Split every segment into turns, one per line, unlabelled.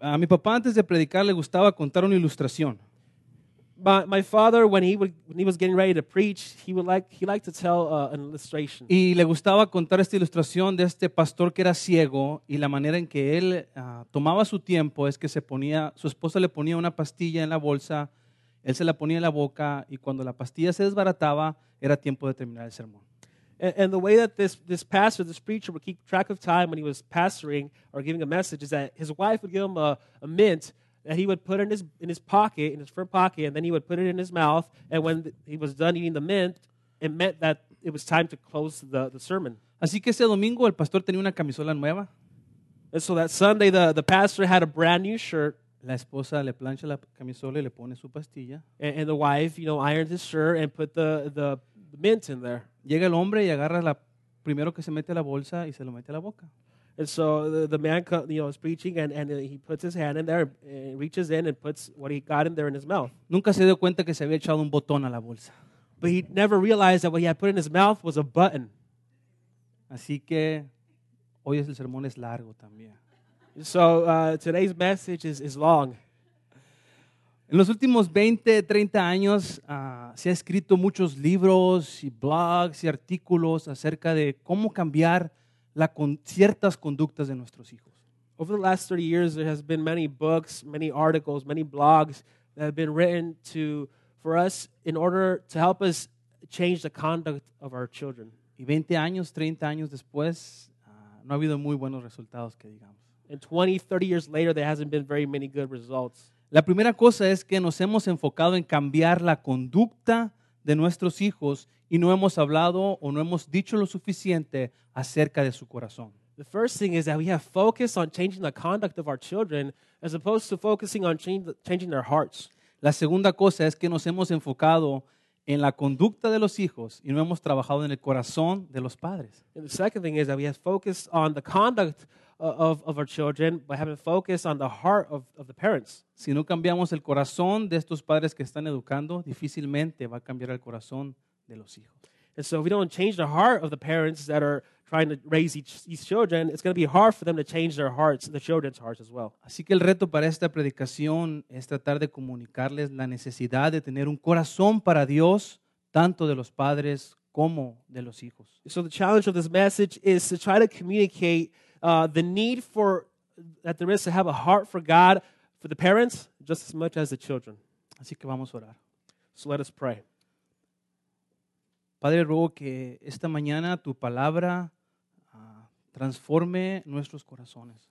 A mi papá antes de predicar le gustaba contar una ilustración.
My, my father, when he, would, when he was getting ready to preach, he would like he liked to tell uh, an illustration.
Y le gustaba contar esta ilustración de este pastor que era ciego y la manera en que él ah, tomaba su tiempo es que se ponía, su esposa le ponía una pastilla en la bolsa, él se la ponía en la boca y cuando la pastilla se desbarataba era tiempo de terminar el sermón.
And, and the way that this, this pastor, this preacher, would keep track of time when he was pastoring or giving a message is that his wife would give him a, a mint that he would put in his, in his pocket, in his front pocket, and then he would put it in his mouth. And when th- he was done eating the mint, it meant that it was time to close the, the sermon.
Así que ese domingo el pastor tenía una camisola nueva,
And so that Sunday, the, the pastor had a brand new shirt,
la esposa le plancha la camisola y le pone su pastilla.
and, and the wife, you know, ironed his shirt and put the, the mint in there.
Llega el hombre y agarra la primero que se mete a la bolsa y se lo mete a la boca.
And so the, the man, co- you know, is preaching, and, and he puts his hand in there, and reaches in and puts what he got in there in his mouth.
Nunca se dio cuenta que se había echado un botón a la bolsa.
But he never realized that what he had put in his mouth was a button.
Así que hoy es el sermón es largo también.
So uh, today's message is, is long.
En los últimos 20, 30 años ah, se ha escrito muchos libros y blogs y artículos acerca de cómo cambiar la con- ciertas conductas de nuestros hijos.
Over the last 30 years, there has been many books, many articles, many blogs that have been written to for us in order to help us change the conduct of our children.
Y 20 años, 30 años después, ah, no ha habido muy buenos resultados que digamos.
And 20, 30 years later, there hasn't been very many good results.
La primera cosa es que nos hemos enfocado en cambiar la conducta de nuestros hijos y no hemos hablado o no hemos dicho lo suficiente acerca de su corazón.
The first thing is that we have focused on changing the conduct of our children as opposed to focusing on change, changing their hearts.
La segunda cosa es que nos hemos enfocado en la conducta de los hijos y no hemos trabajado en el corazón de los padres.
And the second thing is that we have focused on the conduct uh, of, of our children, but haven't focused on the heart of, of the parents.
Si no cambiamos el corazón de estos padres que están educando, difícilmente va a cambiar el corazón de los hijos.
And so if we don't change the heart of the parents that are trying to raise each, these children, it's going to be hard for them to change their hearts, the children's hearts as well.
Así que el reto para esta predicación es tratar de comunicarles la necesidad de tener un corazón para Dios, tanto de los padres como de los hijos.
So the challenge of this message is to try to communicate uh, the need for that there is to have a heart for God for the parents just as much as the children.
Así que vamos a orar.
So let us pray.
Padre, ruego que esta mañana tu palabra ah, transforme nuestros corazones,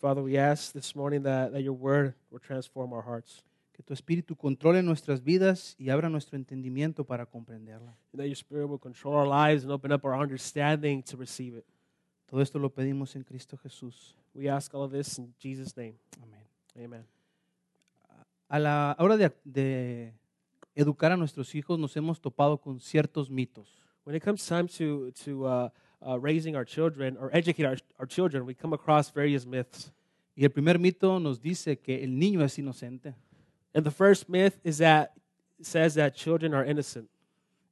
Father, we ask this morning that, that your word will transform our hearts,
que tu espíritu controle nuestras vidas y abra nuestro entendimiento para comprenderla.
and that your spirit will control our lives and open up our understanding to receive it.
Todo esto lo pedimos en Cristo Jesús.
We ask all of this in Jesus' name.
Amén.
Amen.
A la hora de- de educar a nuestros hijos nos hemos topado con ciertos mitos.
When it comes time to, to uh, uh, raising our children or educate our, our children, we come across various myths.
Y el primer mito nos dice que el niño es inocente,
And the first myth is that says that children are innocent.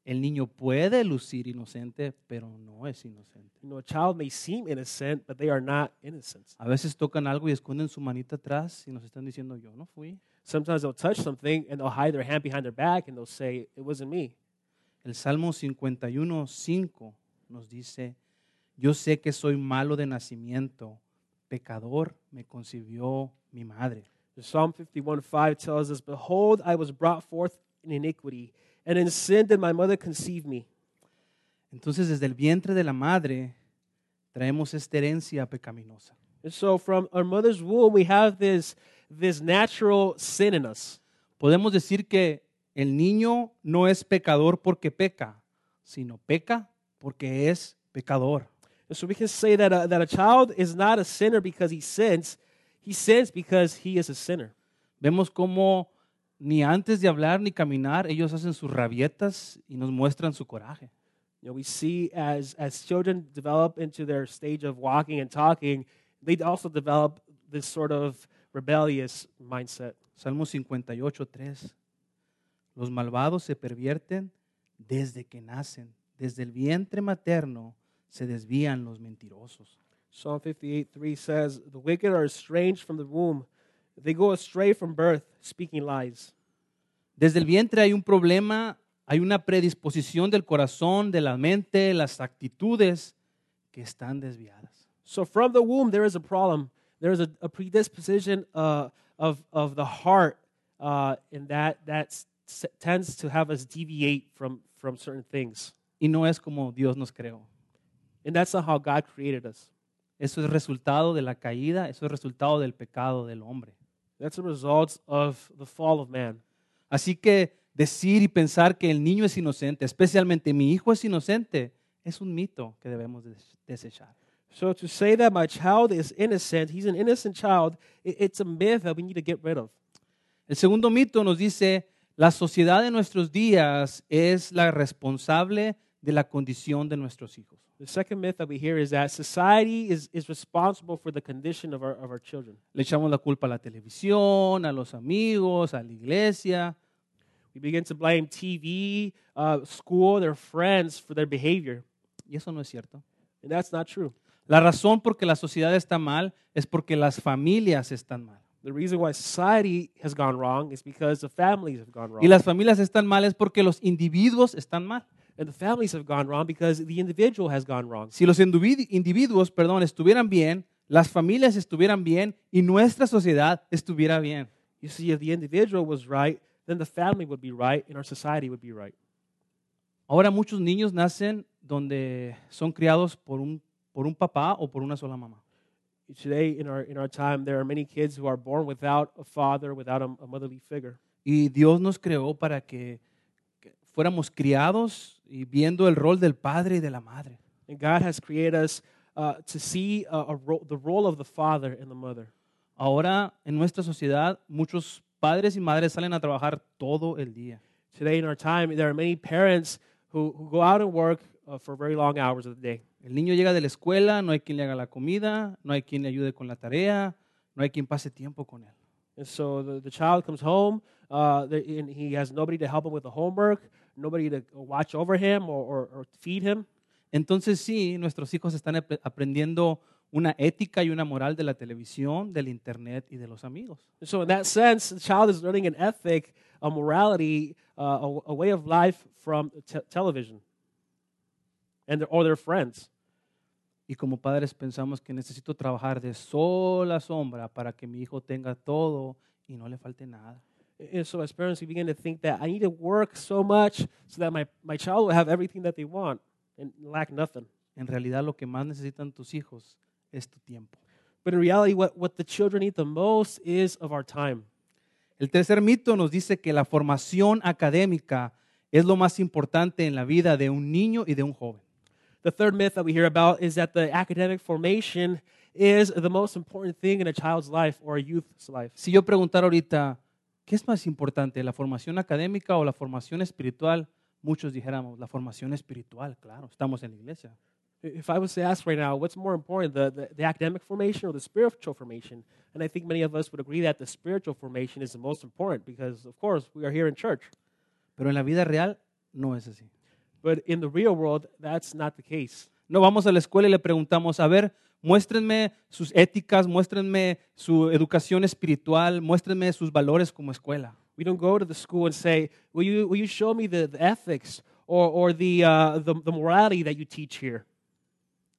el niño puede lucir inocente, pero no es inocente.
You know, a child may seem innocent, but they are not innocent.
A veces tocan algo y esconden su manita atrás y nos están diciendo yo no fui.
Sometimes they'll touch something and they'll hide their hand behind their back and they'll say, It wasn't me.
El Salmo 51, 5 nos dice, yo sé que soy malo de nacimiento, pecador me concibió mi madre.
Psalm 51 5 tells us, Behold, I was brought forth in iniquity, and in sin did my mother conceive me.
Entonces desde el vientre de la madre traemos esta herencia pecaminosa.
And so from our mother's womb, we have this, this natural sin in us.
Podemos decir que el niño no es pecador porque peca, sino peca porque es pecador.
And so we can say that a, that a child is not a sinner because he sins, he sins because he is a sinner.
Vemos cómo ni antes de hablar ni caminar ellos hacen sus rabietas y nos muestran su coraje.
You know, we see as, as children develop into their stage of walking and talking, they also develop this sort of rebellious mindset.
Salmo 58, 3. Los malvados se pervierten desde que nacen, desde el vientre materno se desvían los mentirosos.
Psalm 58 3 says, The wicked are estranged from the womb, They go astray from birth, speaking lies.
Desde el vientre hay un problema, hay una predisposición del corazón, de la mente, las actitudes que están desviadas.
So from the womb, there is a problem. There is a, a predisposition uh, of, of the heart, uh, and that, that s- tends to have us deviate from, from certain things.
Y no es como Dios nos creó.
And that's not how God created us.
Eso es resultado de la caída, eso es resultado del pecado del hombre.
That's a result of the fall of man.
Así que decir y pensar que el niño es inocente, especialmente mi hijo es inocente, es un mito que debemos des- desechar.
So to say that my child is innocent, he's an innocent child, i- it's a myth that we need to get rid of.
El segundo mito nos dice, la sociedad de nuestros días es la responsable de la condición de nuestros hijos.
The second myth that we hear is that society is, is responsible for the condition of our, of our children.
Le echamos la culpa a la televisión, a los amigos, a la iglesia,
We begin to blame TV, uh, school, their friends for their behavior.
y eso no es cierto.
And that's not true.
La razón por que la sociedad está mal es porque las familias están mal.
The reason why society has gone wrong is because the families have gone wrong.
Y las familias están mal es porque los individuos están mal.
and the families have gone wrong because the individual has gone wrong.
Si los individu- individuos, perdón, estuvieran bien, las familias estuvieran bien y nuestra sociedad estuviera bien.
You see, if the individual was right, then the family would be right and our society would be right.
Ahora muchos niños nacen donde son criados por un, por un papá o por una sola mamá.
Today, in our, in our time, there are many kids who are born without a father, without a, a motherly figure.
Y Dios nos creó para que, que fuéramos criados y viendo el rol del padre y de la madre.
And God has created us uh, to see uh, a ro- the role of the father and the mother.
Ahora en nuestra sociedad muchos padres y madres salen a trabajar todo el día.
Today, in our time, there are many parents who, who go out and work uh, for very long hours of the day.
El niño llega de la escuela, no hay quien le haga la comida, no hay quien le ayude con la tarea, no hay quien pase tiempo con él.
And so the, the child comes home, uh, the, and he has nobody to help him with the homework, nobody to watch over him or, or, or feed him.
Entonces sí, nuestros hijos están ap- aprendiendo una ética y una moral de la televisión, del internet y de los amigos.
And so, in that sense, the child is learning an ethic, a morality, uh, a, a way of life from te- television and their, or their friends.
Y como padres pensamos que necesito trabajar de sol a sombra para que mi hijo tenga todo y no le falte nada.
And so, as parents, we begin to think that I need to work so much so that my, my child will have everything that they want and lack nothing.
En realidad lo que más necesitan tus hijos es tu tiempo.
But in reality, what, what the children need the most is of our time.
El tercer mito nos dice que la formación académica es lo más importante en la vida de un niño y de un joven.
The third myth that we hear about is that the academic formation is the most important thing in a child's life or a youth's life.
Si yo preguntara ahorita, ¿qué es más importante, la formación académica o la formación espiritual? Muchos dijéramos, la formación espiritual, claro, estamos en la iglesia.
If I was to ask right now, what's more important, the, the, the academic formation or the spiritual formation? And I think many of us would agree that the spiritual formation is the most important because, of course, we are here in church.
Pero en la vida real no es así.
But in the real world, that's not the case.
No vamos a la escuela y le preguntamos, a ver, muéstrenme sus éticas, muéstrenme su educación espiritual, muéstrenme sus valores como escuela.
We don't go to the school and say, Will you, will you show me the, the ethics or, or the, uh, the, the morality that you teach here?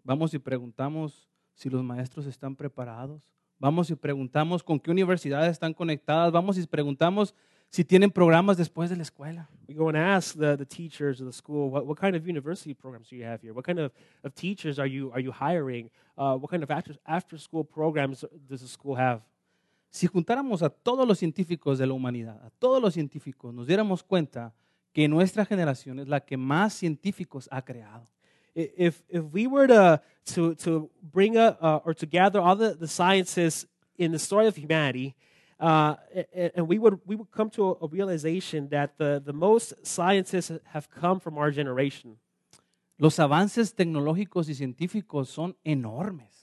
Vamos y preguntamos si los maestros están preparados. Vamos y preguntamos con qué universidades están conectadas. Vamos y preguntamos si tienen programas después de la escuela.
We go and ask the, the teachers of the school, what, what kind of university programs do you have here? What kind of, of teachers are you, are you hiring? Uh, what kind of after, after school programs does the school have?
Si juntáramos a todos los científicos de la humanidad, a todos los científicos, nos diéramos cuenta que nuestra generación es la que más científicos ha creado.
I- If, if we were to, to, to bring up uh, or to gather all the, the sciences in the story of humanity, uh, a- a- and we would, we would come to a, a realization that the, the most scientists have come from our generation.
Los avances tecnológicos y científicos son enormes.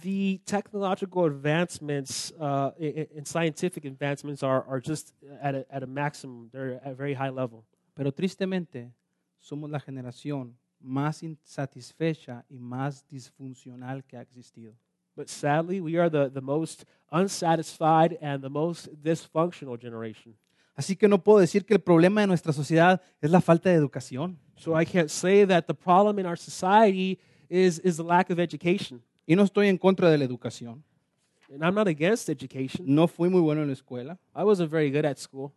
The technological advancements uh, i- i- and scientific advancements are, are just at a, at a maximum, they're at a very high level.
Pero tristemente, somos la generación más insatisfecha y más disfuncional que ha existido.
But sadly, we are the, the most unsatisfied and the most dysfunctional generation.
Así que no puedo decir que el problema de nuestra sociedad es la falta de educación.
So I can't say that the problem in our society is, is the lack of education.
Y no estoy en contra de la educación.
And I'm not against education.
No fui muy bueno en la escuela,
I wasn't very good at school.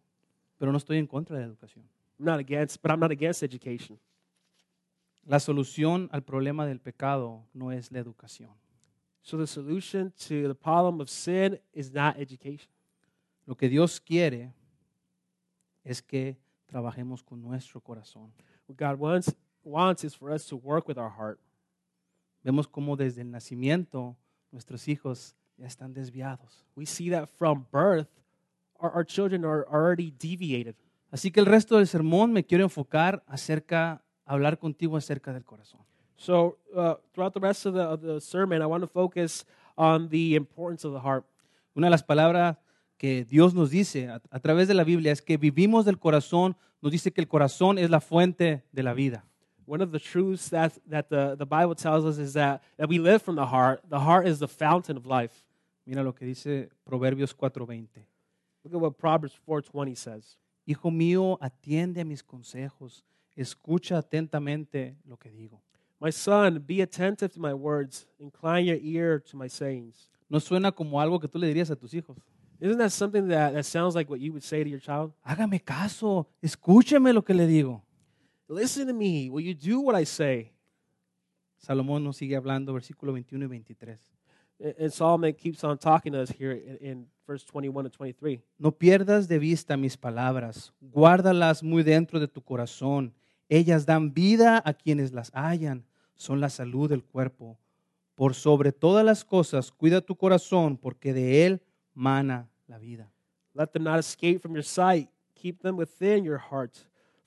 pero no estoy en contra de la educación.
I'm not against, but I'm not against education.
La solución al problema del pecado no es la educación.
So the solution to the problem of sin is not education.
Lo que Dios quiere es que trabajemos con nuestro corazón.
What God wants wants is for us to work with our heart.
Vemos cómo desde el nacimiento nuestros hijos ya están desviados.
We see that from birth, our, our children are already deviated.
Así que el resto del sermón me quiero enfocar acerca, hablar contigo acerca del corazón.
So uh, throughout the rest of the, of the sermon, I want to focus on the importance of the heart.
Una de las palabras que Dios nos dice a, a través de la Biblia es que vivimos del corazón, nos dice que el corazón es la fuente de la vida.
One of the truths that, that the, the Bible tells us is that, that we live from the heart. The heart is the fountain of life.
Mira lo que dice Proverbios 4:20.
Look at what Proverbs 4.20 says.
Hijo mío, atiende a mis consejos, escucha atentamente lo que digo.
My son, be attentive to my words. Incline your ear to my sayings.
No suena como algo que tú le dirías a tus hijos.
Isn't that something that, that sounds like what you would say to your child?
Hágame caso, escúcheme lo que le digo.
Listen to me. Will you do what I say?
Salomón nos sigue hablando, versículo 21 y 23.
And- And Solomon keeps on talking to us here in, in verse 21 to 23.
No pierdas de vista mis palabras, guárdalas muy dentro de tu corazón. Ellas dan vida a quienes las hallan, son la salud del cuerpo. Por sobre todas las cosas, cuida tu corazón, porque de él mana la vida.
Let them not escape from your sight. Keep them within your heart,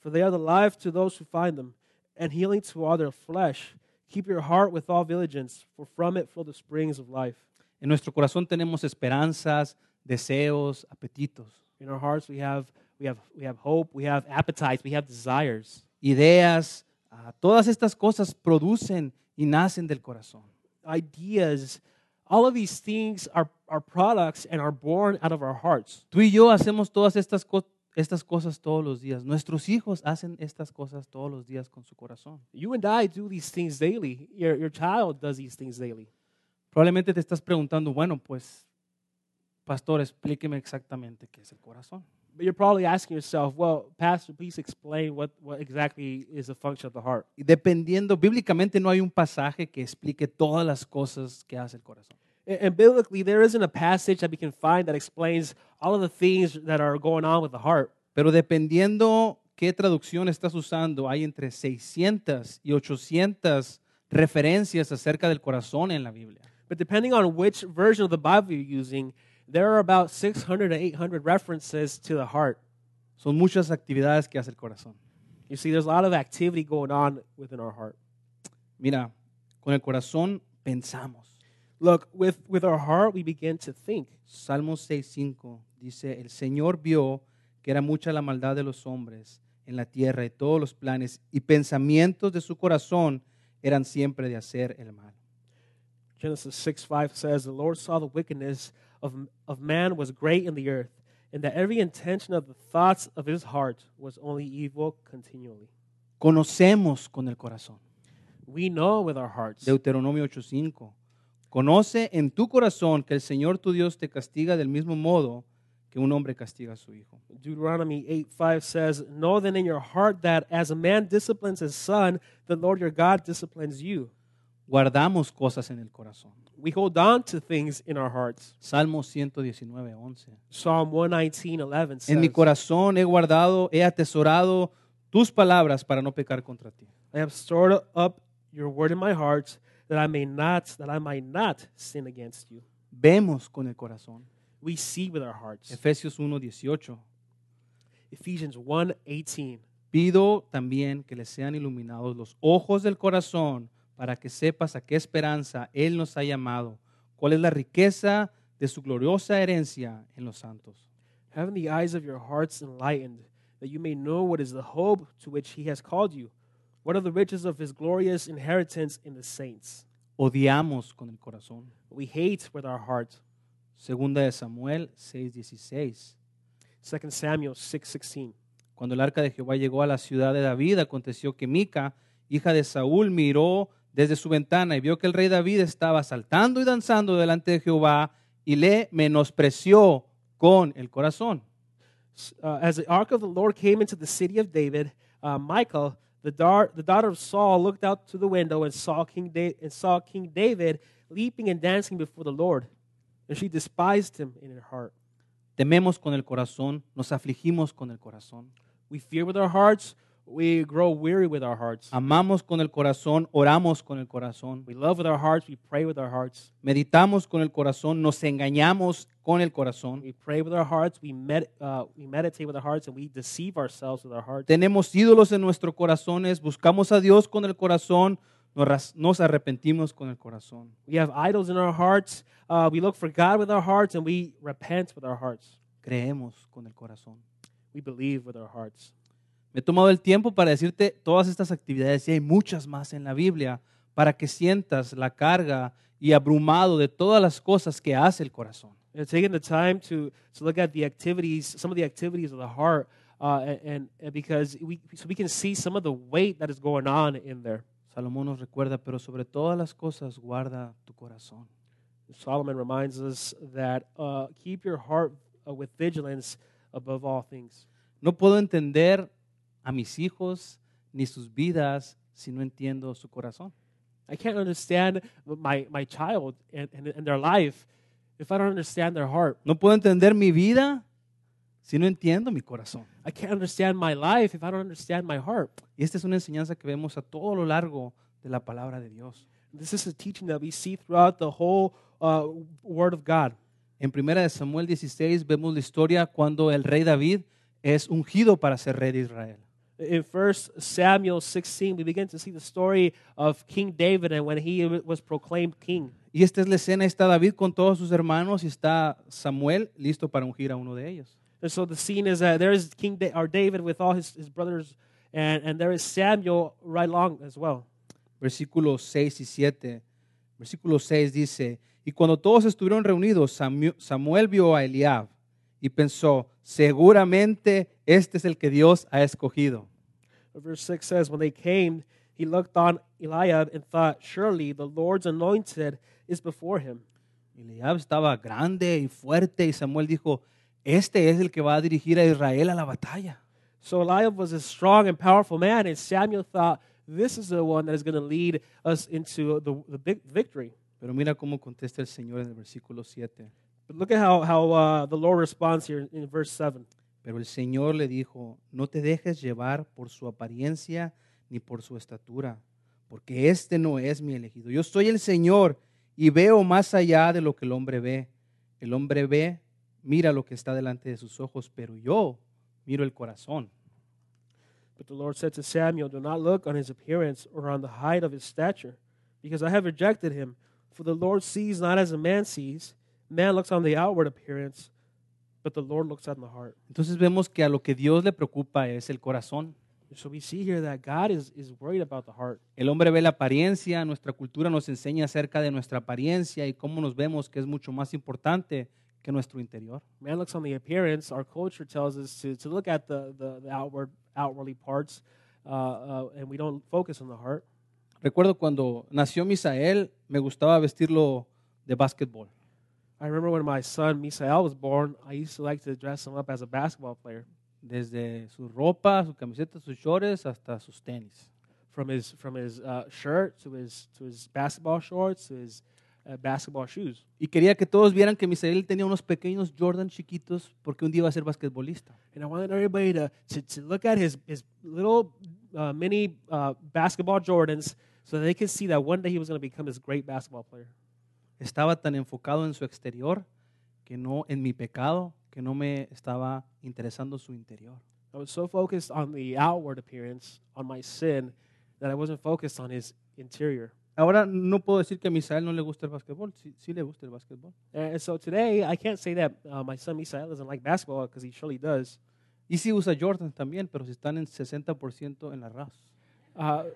for they are the life to those who find them, and healing to all their flesh. Keep your heart with all diligence, for from it flow the springs of life.
En nuestro corazón tenemos esperanzas, deseos, apetitos,
In our hearts, we have we have we have hope, we have appetites, we have desires.
ideas. ah, todas estas cosas producen y nacen del corazón.
ideas. All of these things are, are products and are born out of our hearts.
Tú y yo hacemos todas estas, co- estas cosas todos los días. Nuestros hijos hacen estas cosas todos los días con su corazón.
You and I do these things daily. Your, your child does these things daily.
Probablemente te estás preguntando, bueno, pues, pastor, explíqueme exactamente qué es el corazón.
But you're probably asking yourself, well, Pastor, please explain what, what exactly is the function of the heart.
Y dependiendo, bíblicamente no hay un pasaje que explique todas las cosas que hace el corazón.
And, and biblically, there isn't a passage that we can find that explains all of the things that are going on with the heart.
Pero dependiendo qué traducción estás usando, hay entre 600 y 800 referencias acerca del corazón en la Biblia.
But depending on which version of the Bible you're using, there are about 600 to 800 references to the heart.
Son muchas actividades que hace el corazón.
You see, there's a lot of activity going on within our heart.
Mira, con el corazón pensamos.
Look, with, with our heart, we begin to think.
Salmo 6.5 dice, el Señor vio que era mucha la maldad de los hombres en la tierra y todos los planes y pensamientos de su corazón eran siempre de hacer el mal.
Genesis 6 5 says, The Lord saw the wickedness of, of man was great in the earth, and that every intention of the thoughts of his heart was only evil continually.
Conocemos con el corazón.
We know with our hearts.
Deuteronomio 8.5. Conoce en tu corazón que el Señor tu Dios te castiga del mismo modo que un hombre castiga a su hijo.
Deuteronomy 8 5 says, Know then in your heart that as a man disciplines his son, the Lord your God disciplines you.
Guardamos cosas en el corazón.
We hold on to things in our hearts.
Salmo 119, 11.
Psalm 119 11 says,
En mi corazón he guardado, he atesorado tus palabras para no pecar contra ti.
I have stored up your word in my heart that I may not that I might not sin against you.
Vemos con el corazón.
We see with our hearts.
Efesios 1:18.
Ephesians 1:18.
Pido también que les sean iluminados los ojos del corazón para que sepas a qué esperanza Él nos ha llamado, cuál es la riqueza de su gloriosa herencia en los santos.
Having the eyes of your hearts enlightened, that you may know what is the hope to which he has called you, what are the riches of his glorious inheritance in the saints.
odiamos con el corazón.
We hate with our heart.
Segunda de Samuel 6:16.
2 Samuel 6:16.
Cuando el arca de Jehová llegó a la ciudad de David, aconteció que Mica, hija de Saúl, miró desde su ventana y vio que el rey David estaba saltando y danzando delante de Jehová y le menospreció con el corazón.
Uh, as the ark of the Lord came into the city of David, uh, Michael, the, dar- the daughter of Saul, looked out to the window and saw King da- and saw King David leaping and dancing before the Lord, and she despised him in her heart.
Tememos con el corazón, nos afligimos con el corazón,
We fear with our hearts. We grow weary with our hearts.
amamos con el corazón, oramos con el corazón,
We love with our hearts. We pray with our hearts.
meditamos con el corazón, nos engañamos con el corazón.
We pray with our hearts. We, med- uh, we meditate with our hearts, and we deceive ourselves with our hearts.
Tenemos ídolos en nuestros corazones, buscamos a Dios con el corazón, nos ras- nos arrepentimos con el corazón.
We have idols in our hearts. Uh, we look for God with our hearts, and we repent with our hearts.
creemos con el corazón.
We believe with our hearts.
Me he tomado el tiempo para decirte todas estas actividades y hay muchas más en la Biblia para que sientas la carga y abrumado de todas las cosas que hace el corazón.
you know, taking the time to to look at the activities, some of the activities of the heart, uh, and, and and because we so we can see some of the weight that is going on in there.
Salomón nos recuerda, pero sobre todas las cosas guarda tu corazón,
Solomon reminds us that uh, keep your heart uh, with vigilance above all things.
No puedo entender a mis hijos ni sus vidas si no entiendo su corazón.
I can't understand my my child and, and, and their life if I don't understand their heart.
No puedo entender mi vida si no entiendo mi corazón.
I can't understand my life if I don't understand my heart.
Y esta es una enseñanza que vemos a todo lo largo de la palabra de Dios.
This is a teaching that we see throughout the whole uh, Word of God.
En primera de Samuel 16 vemos la historia cuando el rey David es ungido para ser rey de Israel.
In 1 Samuel 16, we begin to see the story of King David and when he was proclaimed king.
Y esta es la escena, está David con todos sus hermanos y está Samuel listo para ungir a uno de ellos.
And so the scene is that there is King da- or David with all his, his brothers, and, and there is Samuel right along as well.
Versículos 6 y 7. Versículo 6 dice, y cuando todos estuvieron reunidos, Samu- Samuel vio a Eliab y pensó, seguramente este es el que Dios ha escogido.
Verse 6 says, When they came, he looked on Eliab and thought, Surely the Lord's anointed is before him.
Eliab estaba grande y fuerte y Samuel dijo, este es el que va a dirigir a Israel a la batalla.
So Eliab was a strong and powerful man, and Samuel thought, This is the one that is going to lead us into the, the big victory.
Pero mira cómo contesta el Señor en el versículo 7.
But look at how, how uh, the Lord responds here in verse 7.
Pero el Señor le dijo, no te dejes llevar por su apariencia ni por su estatura, porque este no es mi elegido. Yo soy el Señor y veo más allá de lo que el hombre ve. El hombre ve, mira lo que está delante de sus ojos, pero yo miro el corazón.
But the Lord said to Samuel, Do not look on his appearance or on the height of his stature, because I have rejected him. For the Lord sees not as a man sees. Man looks on the outward appearance, but the Lord looks on the heart.
Entonces vemos que a lo que Dios le preocupa es el corazón.
So we see here that God is, is worried about the heart.
El hombre ve la apariencia, nuestra cultura nos enseña acerca de nuestra apariencia y cómo nos vemos, que es mucho más importante que nuestro interior.
Man looks on the appearance. Our culture tells us to, to look at the, the, the outward outwardly parts, uh, uh, and we don't focus on the heart.
Recuerdo cuando nació Misael, me gustaba vestirlo de básquetbol.
I remember when my son Misael was born, I used to like to dress him up as a basketball player.
Desde su ropa, su camiseta, sus shorts, hasta sus tenis.
from his from his uh, shirt to his to his basketball shorts to his uh, basketball shoes.
Y quería que todos vieran que Misael tenía unos pequeños Jordan chiquitos porque un día iba a ser basquetbolista.
And I wanted everybody to to, to look at his his little uh, mini uh, basketball Jordans so they could see that one day he was going to become this great basketball player.
Estaba tan enfocado en su exterior que no en mi pecado, que no me estaba interesando su interior.
I was so focused on the outward appearance, on my sin, that I wasn't focused on his interior.
Ahora no puedo decir que a Misael no le gusta el básquetbol, sí, sí le gusta el básquetbol.
And and so today, I can't say that uh, my son Misael doesn't like basketball because he surely does.
Y sí usa Jordan también, pero si están en 60% en la RAS.
Uh,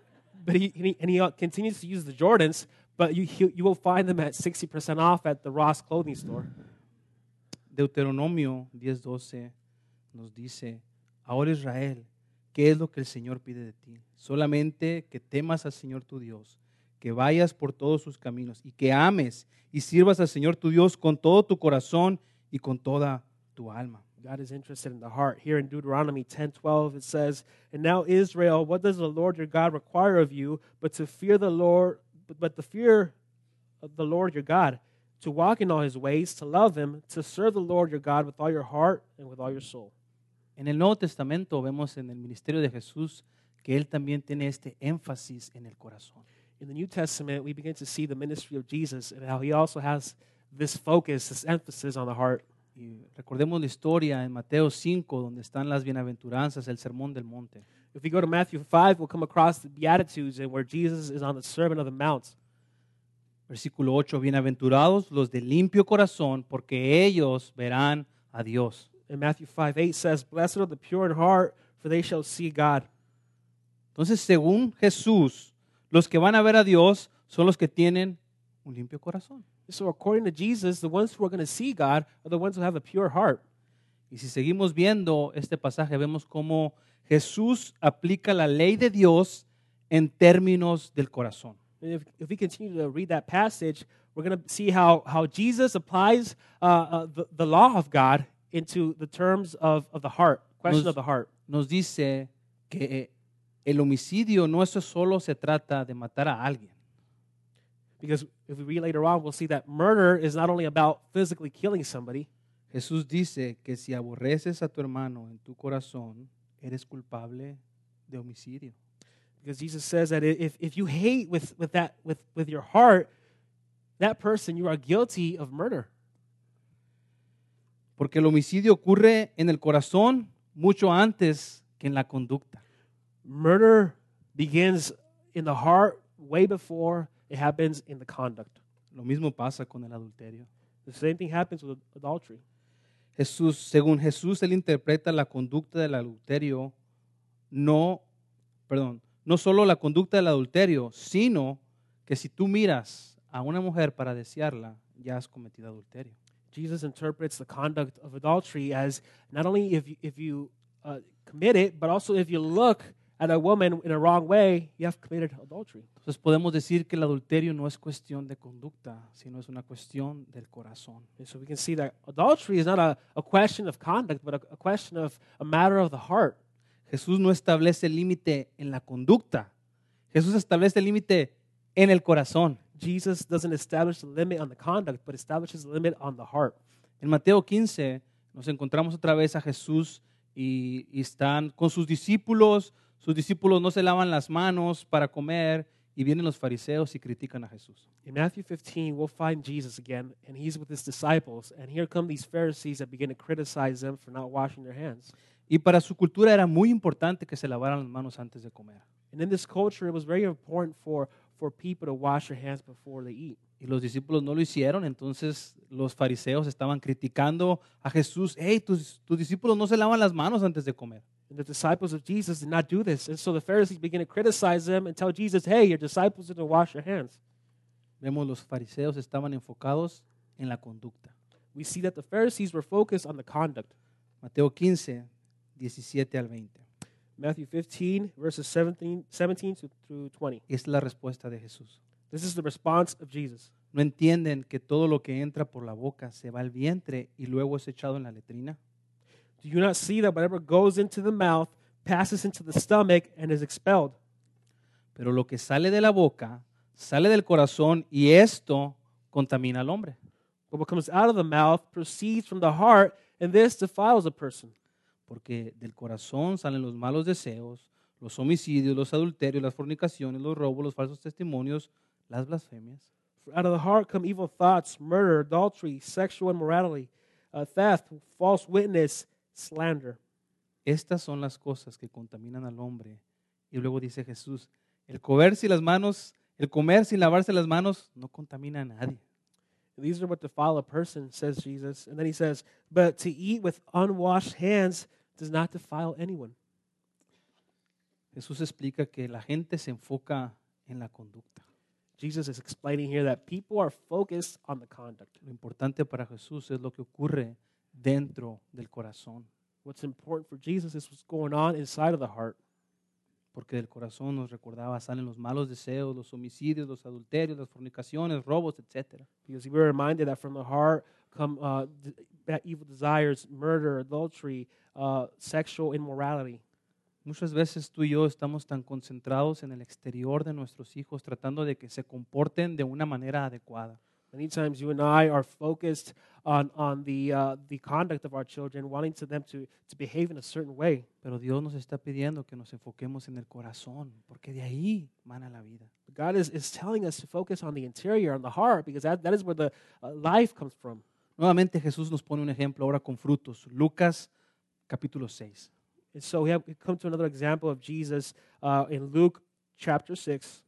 but he, and he and he uh, continues to use the Jordans, but you, you you will find them at 60% off at the Ross clothing store.
Deuteronomio 10:12 nos dice, ahora Israel, ¿qué es lo que el Señor pide de ti? Solamente que temas al Señor tu Dios, que vayas por todos sus caminos y que ames y sirvas al Señor tu Dios con todo tu corazón y con toda tu alma.
God is interested in the heart. Here in Deuteronomy 10:12 it says, "And now Israel, what does the Lord your God require of you but to fear the Lord but, but the fear of the Lord your God, to walk in all his ways, to love him, to serve the Lord your God with all your heart and with all your soul."
En el Nuevo Testamento vemos en el ministerio de Jesús que él también tiene este énfasis en el corazón.
In the New Testament, we begin to see the ministry of Jesus and how he also has this focus, this emphasis on the heart.
Y recordemos la historia en Mateo 5, donde están las bienaventuranzas, el sermón del monte.
If we go to Matthew 5, we'll come across the Beatitudes and where Jesus is on the Sermon of the Mount.
Versículo 8, bienaventurados los de limpio corazón, porque ellos verán a Dios.
And Matthew 5 8 says, Blessed are the pure in heart, for they shall see God.
Entonces, según Jesús, los que van a ver a Dios son los que tienen un limpio corazón.
So, according to Jesus, the ones who are going to see God are the ones who have a pure heart.
Y si seguimos viendo este pasaje, vemos cómo Jesús aplica la ley de Dios en términos del corazón.
And if, if we continue to read that passage, we're going to see how, how Jesus applies uh, uh, the, the law of God into the terms of, of the heart, question
Nos-
of the heart.
Nos dice que el homicidio no es solo se trata de matar a alguien.
Because if we read later on, we'll see that murder is not only about physically killing somebody,
Jesús dice que si aborreces a tu hermano en tu corazón, eres culpable de homicidio.
because Jesus says that if, if you hate with, with, that, with, with your heart, that person, you are guilty of murder.
Porque el homicidio ocurre en el corazón mucho antes que en la conducta.
Murder begins in the heart way before it happens in the conduct.
Lo mismo pasa con el adulterio.
The same thing happens with adultery.
Jesús, según Jesús, él interpreta la conducta del adulterio, no, perdón, no solo la conducta del adulterio, sino que si tú miras a una mujer para desearla, ya has cometido adulterio.
Jesus interprets the conduct of adultery as not only if you, if you uh, commit it, but also if you look at a woman in a wrong way, you have committed adultery.
Entonces podemos decir que el adulterio no es cuestión de conducta, sino es una cuestión del corazón.
And so we can see that adultery is not a, a question of conduct, but a, a question of a matter of the heart.
Jesús no establece el límite en la conducta. Jesús establece el límite en el corazón.
Jesus doesn't establish the limit on the conduct, but establishes the limit on the heart.
En Mateo 15 nos encontramos otra vez a Jesús y, y están con sus discípulos. Sus discípulos no se lavan las manos para comer y vienen los fariseos y critican a Jesús.
In Matthew 15, we'll find Jesus again, and he's with his disciples. And here come these Pharisees that begin to criticize them for not washing their hands.
Y para su cultura era muy importante que se lavaran las manos antes de comer.
And in this culture, it was very important for, for people to wash their hands before they eat.
Y los discípulos no lo hicieron, entonces los fariseos estaban criticando a Jesús. Hey, tus, tus discípulos no se lavan las manos antes de comer.
And the disciples of Jesus did not do this. And so the Pharisees begin to criticize them and tell Jesus, hey, your disciples didn't wash their hands.
Vemos los fariseos estaban enfocados en la conducta.
We see that the Pharisees were focused on the conduct.
Mateo 15, 17 al 20.
Matthew 15, verses 17, 17 to, through 20.
Es la respuesta de Jesús.
This is the response of Jesus.
¿No entienden que todo lo que entra por la boca se va al vientre y luego es echado en la letrina?
Do you not see that whatever goes into the mouth passes into the stomach and is expelled?
Pero lo que sale de la boca sale del corazón y esto contamina al hombre.
But what comes out of the mouth proceeds from the heart, and this defiles a person.
Porque del corazón salen los malos deseos, los homicidios, los adulterios, las fornicaciones, los robos, los falsos testimonios, las blasfemias.
For out of the heart come evil thoughts, murder, adultery, sexual immorality, uh, theft, false witness, slander.
Estas son las cosas que contaminan al hombre. Y luego dice Jesús, el comer sin las manos, el comer sin lavarse las manos no contamina a nadie.
These are what defile a person, says Jesus. And then he says, But to eat with unwashed hands does not defile anyone.
Jesús explica que la gente se enfoca en la conducta.
Jesus is explaining here that people are focused on the conduct.
Lo importante para Jesús es lo que ocurre dentro del corazón,
What's important for Jesus is what's going on inside of the heart.
porque del corazón nos recordaba salen los malos deseos, los homicidios, los adulterios, las fornicaciones, robos, etcétera.
Because we were reminded that from the heart come uh, d- bad evil desires, murder, adultery, uh, sexual immorality.
Muchas veces tú y yo estamos tan concentrados en el exterior de nuestros hijos tratando de que se comporten de una manera adecuada.
Many times you and I are focused on, on the, uh, the conduct of our children, wanting to them to, to behave in a certain way.
Pero Dios nos está pidiendo que nos enfoquemos en el corazón, porque de ahí mana la vida.
But God is, is telling us to focus on the interior, on the heart, because that, that is where the uh, life comes from.
Nuevamente Jesús nos pone un ejemplo ahora con frutos. Lucas capítulo 6.
And so we have we come to another example of Jesus uh, in Luke chapter 6.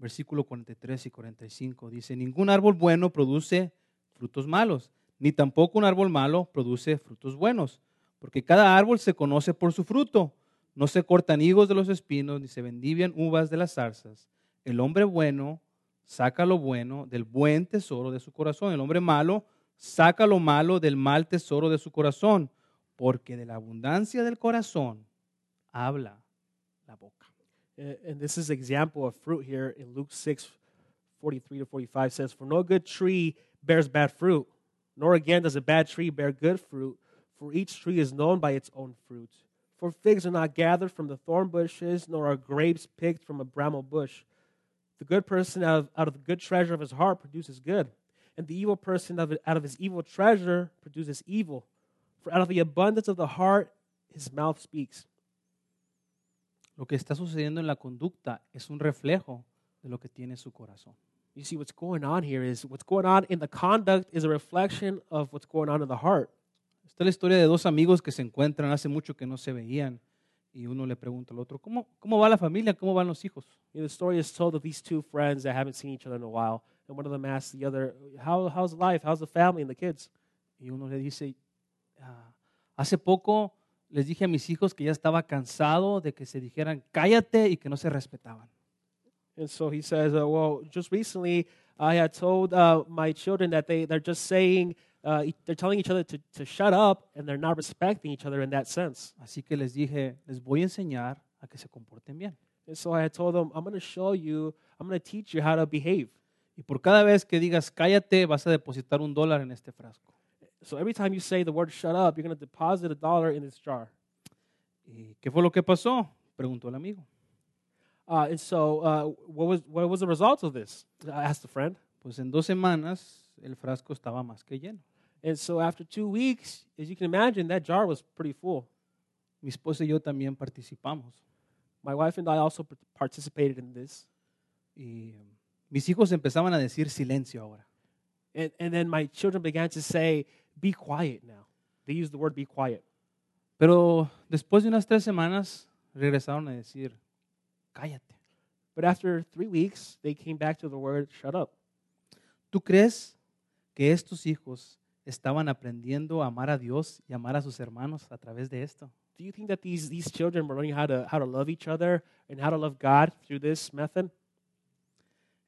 versículo 43 y 45 dice, ningún árbol bueno produce frutos malos, ni tampoco un árbol malo produce frutos buenos, porque cada árbol se conoce por su fruto. No se cortan higos de los espinos, ni se vendivian uvas de las zarzas. El hombre bueno saca lo bueno del buen tesoro de su corazón. El hombre malo saca lo malo del mal tesoro de su corazón, porque de la abundancia del corazón habla la boca.
Uh, and this is example of fruit here in Luke 6, 43 to 45 says, For no good tree bears bad fruit, nor again does a bad tree bear good fruit, for each tree is known by its own fruit. For figs are not gathered from the thorn bushes, nor are grapes picked from a bramble bush. The good person out of, out of the good treasure of his heart produces good, and the evil person of, out of his evil treasure produces evil. For out of the abundance of the heart, his mouth speaks.
Lo que está sucediendo en la conducta es un reflejo de lo que tiene su corazón.
You see, what's going on here is what's going on in the conduct is a reflection of what's going on in the heart.
Está la historia de dos amigos que se encuentran hace mucho que no se veían y uno le pregunta al otro, ¿cómo, cómo va la familia? ¿Cómo van los hijos?
You know, the story is told of these two friends that haven't seen each other in a while, and one of them asks the other, How, How's life? How's the family and the kids?
Y uno le dice, "Ah, hace poco les dije a mis hijos que ya estaba cansado de que se dijeran cállate y que no se respetaban.
And so he says, uh, Well, just recently I had told uh, my children that they, they're just saying, uh, e- they're telling each other to, to shut up, and they're not respecting each other in that sense.
Así que les dije, les voy a enseñar a que se comporten bien.
And so I had told them, I'm going to show you, I'm going to teach you how to behave.
Y por cada vez que digas cállate, vas a depositar un dólar en este frasco.
So every time you say the word shut up, you're going to deposit a dollar in this jar.
¿Y qué fue lo que pasó? Preguntó el amigo.
Uh, and so, uh, what was what was the result of this? I asked a friend.
Pues en dos semanas el frasco estaba más que lleno.
And so, after two weeks, as you can imagine, that jar was pretty full.
Mi esposa y yo también participamos.
My wife and I also par- participated in this,
Y eh, mis hijos empezaban a decir silencio ahora.
and and then my children began to say, "Be quiet now." They used the word "be quiet,"
Pero después de unas tres semanas regresaron a decir, cállate.
but after three weeks, they came back to the word "shut up."
¿Tú crees que estos hijos estaban aprendiendo a amar a Dios y amar a sus hermanos a través de esto?
Do you think that these these children were learning how to how to love each other and how to love God through this method?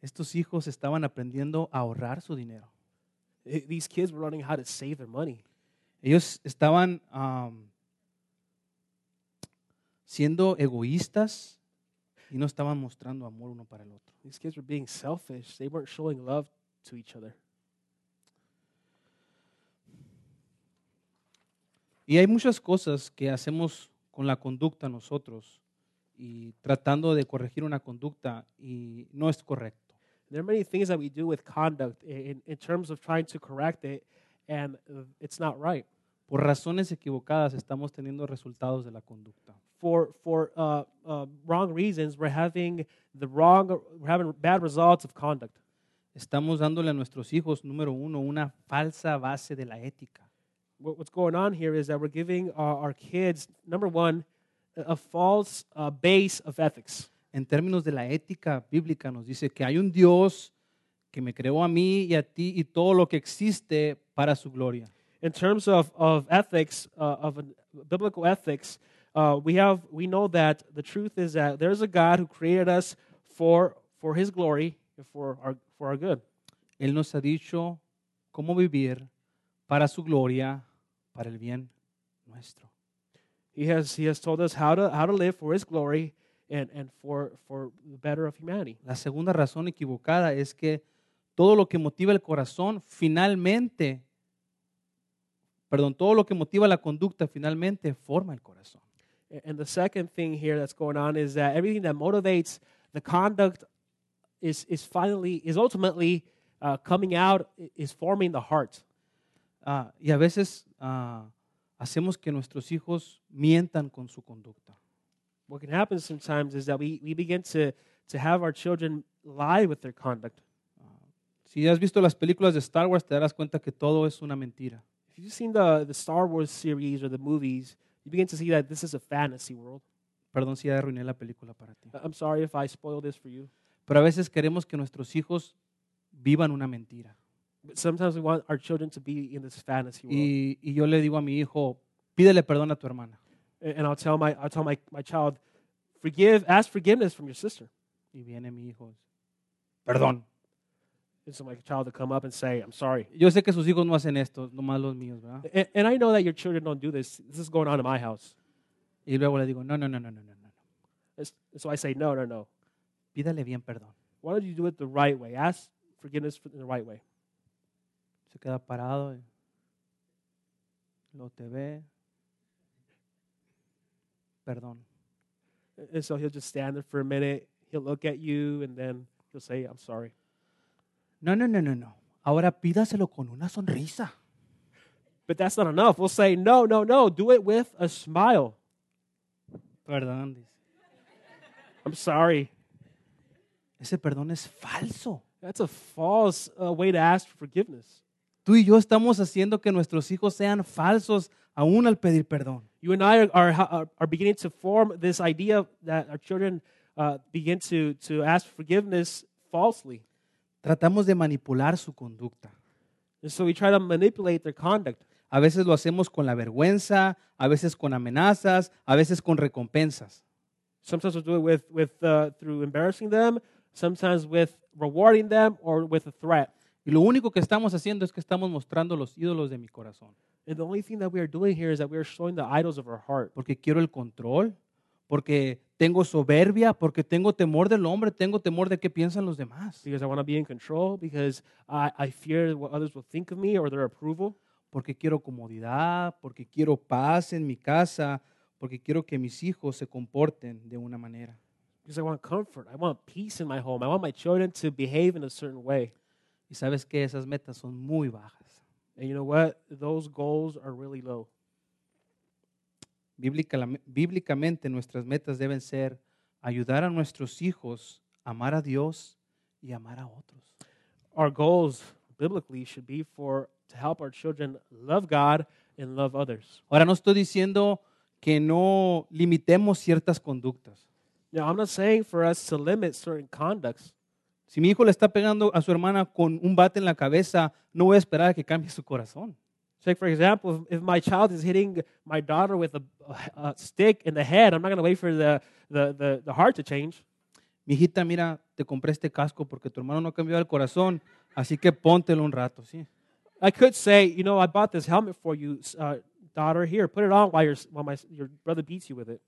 Estos hijos estaban aprendiendo a ahorrar su dinero.
I- These kids were learning how to save their money.
Ellos estaban am, siendo egoístas y no estaban mostrando amor uno para el otro.
These kids were being selfish. They weren't showing love to each other.
Y hay muchas cosas que hacemos con la conducta nosotros y tratando de corregir una conducta y no es correcto.
There are many things that we do with conduct i- in, in terms of trying to correct it, and uh, it's not right.
Por razones equivocadas estamos teniendo resultados de la conducta.
For for uh, uh, wrong reasons, we're having the wrong, we're having bad results of conduct.
Estamos dándole a nuestros hijos, número uno, una falsa base de la ética.
What, what's going on here is that we're giving our, our kids number one a a false uh, base of ethics.
en términos de la ética bíblica nos dice que hay un Dios que me creó a mí y a ti y todo lo que existe para su gloria.
in terms of, of ethics uh, of an- biblical ethics uh, we have we know that the truth is that there's a god who created us for for his glory and for our, for our good.
Él nos ha dicho cómo vivir para su gloria, para el bien nuestro.
He has, he has told us how to, how to live for His glory and, and for, for the better of humanity.
La segunda razón equivocada es que todo lo que motiva el corazón finalmente, perdón, todo lo que motiva la conducta finalmente forma el corazón.
A- And the second thing here that's going on is that everything that motivates the conduct is, is finally, is ultimately uh, coming out, i- is forming the heart.
Ah, y a veces ah, hacemos que nuestros hijos mientan con su conducta.
What can happen sometimes is that we, we begin to, to have our children lie with their conduct.
Si has visto las películas de Star Wars, te darás cuenta que todo es una mentira.
If you've seen the, the Star Wars series or the movies, you begin to see that this is a fantasy world.
Perdón si ya arruiné la película para ti.
I- I'm sorry if I spoil this for you.
Pero a veces queremos que nuestros hijos vivan una mentira.
But sometimes we want our children to be in this fantasy world.
Y, y yo le digo a mi hijo, pídele perdón a tu hermana.
A- and I'll tell my I'll tell my, my child, forgive, ask forgiveness from your sister.
Y viene mi hijo, perdón.
And so my child to come up and say, I'm sorry.
Yo sé que sus hijos no hacen esto, nomás los míos, ¿verdad?
A- And, I know that your children don't do this. This is going on in my house.
Y luego le digo, no, no, no, no, no, no, no. no.
It's- So I say, no, no, no.
Pídale bien perdón.
Why don't you do it the right way? Ask forgiveness in the right way.
Se queda parado. y Lo te ve. Perdón.
And so he'll just stand there for a minute. He'll look at you and then he'll say, I'm sorry.
No, no, no, no, no. Ahora pídaselo con una sonrisa.
But that's not enough. We'll say, no, no, no. Do it with a smile.
Perdón, dice.
I'm sorry.
Ese perdón es falso.
That's a false uh, way to ask for forgiveness.
Tú y yo estamos haciendo que nuestros hijos sean falsos aún al pedir perdón.
You and I are, are, are- are beginning to form this idea that our children uh, begin to, to ask forgiveness falsely.
Tratamos de manipular su conducta.
And so we try to manipulate their conduct.
A veces lo hacemos con la vergüenza, a veces con amenazas, a veces con recompensas.
Sometimes we'll do it with, with, uh, through embarrassing them, sometimes with rewarding them, or with a threat.
Y lo único que estamos haciendo es que estamos mostrando los ídolos de mi corazón.
And the only thing that we are doing here is that we are showing the idols of our heart.
Porque quiero el control, porque tengo soberbia, porque tengo temor del hombre, tengo temor de qué piensan los demás,
Because I want to be in control, because I, I fear what others will think of me or their approval.
porque quiero comodidad, porque quiero paz en mi casa, porque quiero que mis hijos se comporten de una manera.
Because I want comfort. I want peace in my home. I want my children to behave in a certain way.
Y sabes que esas metas son muy bajas.
And you know what? Those goals are really low.
Bíblica- bíblicamente nuestras metas deben ser ayudar a nuestros hijos a amar a Dios y amar a otros.
Our goals biblically should be for to help our children love God and love others.
Ahora no estoy diciendo que no limitemos ciertas conductas.
Now, I'm not saying for us to limit certain conducts.
Si mi hijo le está pegando a su hermana con un bate en la cabeza, no voy a esperar a que cambie su corazón.
Take for example, if, if my child is hitting my daughter with a, a, a stick in the head, I'm not going to wait for the, the, the, the heart to change.
Mi hijita, mira, te compré este casco porque tu hermano no cambió el corazón, así que póntelo un rato, ¿sí?
I could say, you know, I bought this helmet for you, s- uh, daughter. Here, put it on while your s- while my s- your brother beats you with it.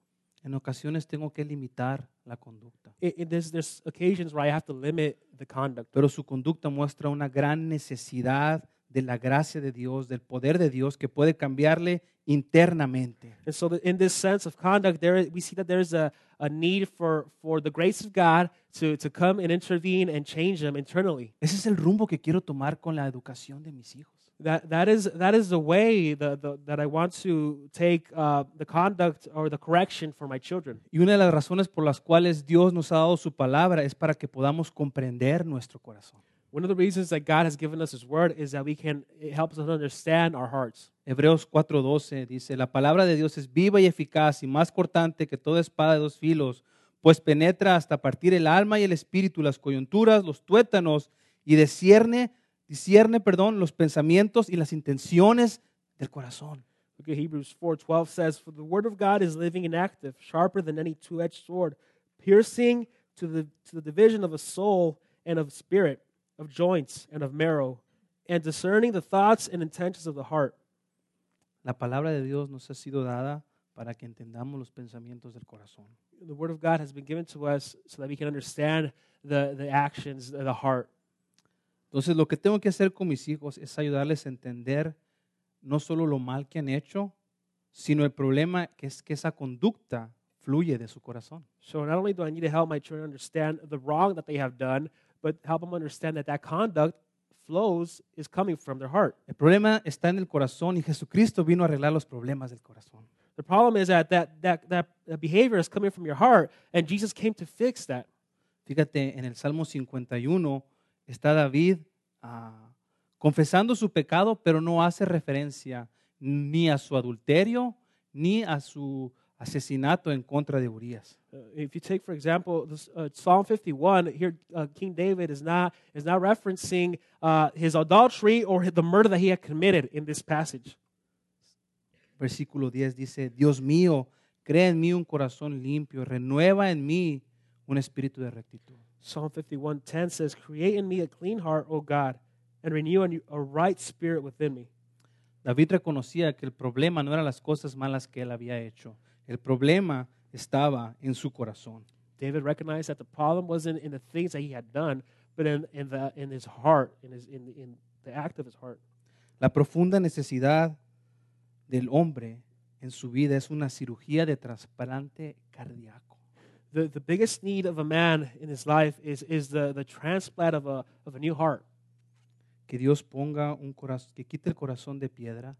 En ocasiones tengo que limitar la conducta,
it, it- there's there's occasions where I have to limit the conduct.
pero su conducta muestra una gran necesidad de la gracia de Dios, del poder de Dios que puede cambiarle internamente.
And so, the, in this sense of conduct, there is- we see that there's a, a need for, for the grace of God to, to come and intervene and change them internally.
Ese es el rumbo que quiero tomar con la educación de mis hijos.
That, that, is, that is the way the, the, that I want to take uh, the conduct or the correction for my children.
Y una de las razones por las cuales Dios nos ha dado su palabra es para que podamos comprender nuestro corazón.
One of the reasons that God has given us His Word is that we can, it helps us understand our hearts.
Hebreos 4:12 dice, la palabra de Dios es viva y eficaz y más cortante que toda espada de dos filos, pues penetra hasta partir el alma y el espíritu, las coyunturas, los tuétanos y discierne, discierne, perdón, los pensamientos y las intenciones del corazón.
Look at Hebrews 4:12 says, "For the word of God is living and active, sharper than any two-edged sword, piercing to the to the division of a soul and of spirit, of joints and of marrow, and discerning the thoughts and intentions of the heart.
La palabra de Dios nos ha sido dada para que entendamos los pensamientos del corazón.
The Word of God has been given to us so that we can understand the, the actions of the heart.
Entonces, lo que tengo que hacer con mis hijos es ayudarles a entender no solo lo mal que han hecho, sino el problema que es que esa conducta fluye de su corazón.
So not only do I need to help my children understand the wrong that they have done, but help them understand that that conduct flows is coming from their heart.
El problema está en el corazón y Jesucristo vino a arreglar los problemas del corazón.
The problem is that that, that, that, that behavior is coming from your heart, and Jesus came to fix that.
Fíjate, en el Salmo 51 está David ah, confesando su pecado, pero no hace referencia ni a su adulterio ni a su asesinato en contra de Urias.
Uh, if you take, for example, this, uh, Psalm 51, here uh, King David is not, is not referencing uh, his adultery or the murder that he had committed in this passage.
Versículo 10 dice, Dios mío, crea en mí un corazón limpio, renueva en mí un espíritu de rectitud.
Psalm 51:10 says, "Create in me a clean heart, O God, and renew a- a right spirit within me."
David reconocía que el problema no eran las cosas malas que él había hecho, el problema estaba en su corazón.
David recognized that the problem wasn't in the things that he had done, but in, in, the, in his heart, in, his, in, in the act of his heart.
La profunda necesidad del hombre en su vida es una cirugía de trasplante cardíaco.
The, the biggest need of a man in his life is, is the, the transplant of a, of a new heart.
Que Dios ponga un corazón, que quite el corazón de piedra,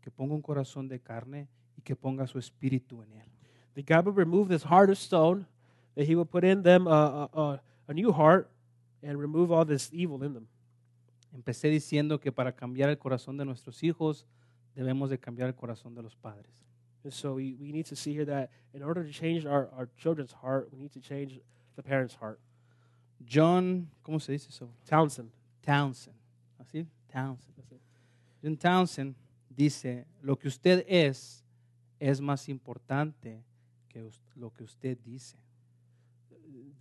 que ponga un corazón de carne y que ponga su espíritu en él.
That God would remove this heart of stone, that he would put in them a, a, a, a new heart and remove all this evil in them.
Empecé diciendo que para cambiar el corazón de nuestros hijos debemos de cambiar el corazón de los padres.
And so we, we need to see here that in order to change our, our children's heart, we need to change the parents' heart.
John, ¿cómo se dice eso?
Townsend.
Townsend. ¿Así? Townsend. John Townsend dice, lo que usted es es más importante que us- lo que usted dice.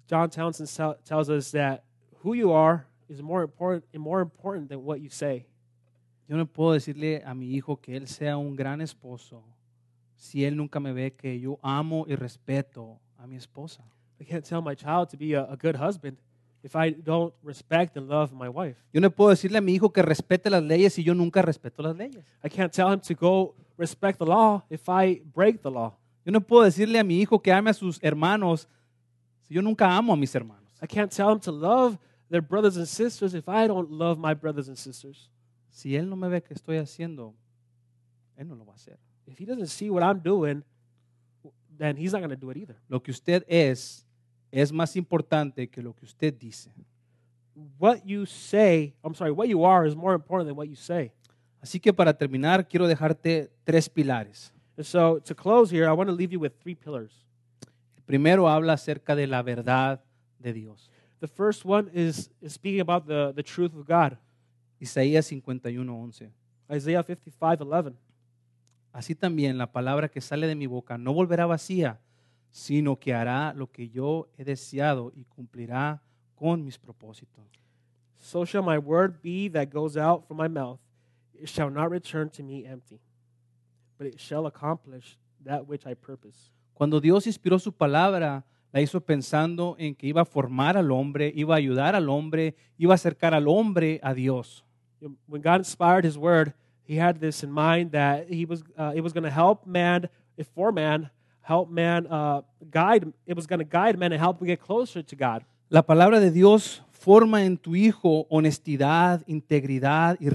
John Townsend tell, tells us that who you are is more important and more important than what you say.
Yo no puedo decirle a mi hijo que él sea un gran esposo si él nunca me ve que yo amo y respeto a mi esposa.
I can't tell my child to be a, a good husband if I don't respect and love my wife.
Yo no puedo decirle a mi hijo que respete las leyes si yo nunca respeto las leyes.
I can't tell him to go respect the law if I break the law.
Yo no puedo decirle a mi hijo que ame a sus hermanos si yo nunca amo a mis hermanos.
I can't tell him to love their brothers and sisters if I don't love my brothers and sisters.
Si él no me ve que estoy haciendo, él no lo va a hacer.
If he doesn't see what I'm doing, then he's not going to do it either.
Lo que usted es es más importante que lo que usted dice.
What you say, I'm sorry, what you are is more important than what you say.
Así que para terminar, quiero dejarte tres pilares.
And so to close here, I want to leave you with three pillars.
El primero habla acerca de la verdad de Dios.
The first one is, is speaking about the, the truth of God.
Isaías 51:11.
Isaiah 55, 11.
Así también la palabra que sale de mi boca no volverá vacía, sino que hará lo que yo he deseado y cumplirá con mis propósitos.
So shall my word be that goes out from my mouth. It shall not return to me empty, but it shall accomplish that which I purpose.
Cuando Dios inspiró su palabra, la hizo pensando en que iba a formar al hombre, iba a ayudar al hombre, iba a acercar al hombre a Dios.
You know, When God inspired his word, he had this in mind that he was, uh, it was going to help man, if for man, help man, uh, guide, it was going to guide man and help him get closer to God.
La palabra de Dios forma en tu hijo honestidad, integridad y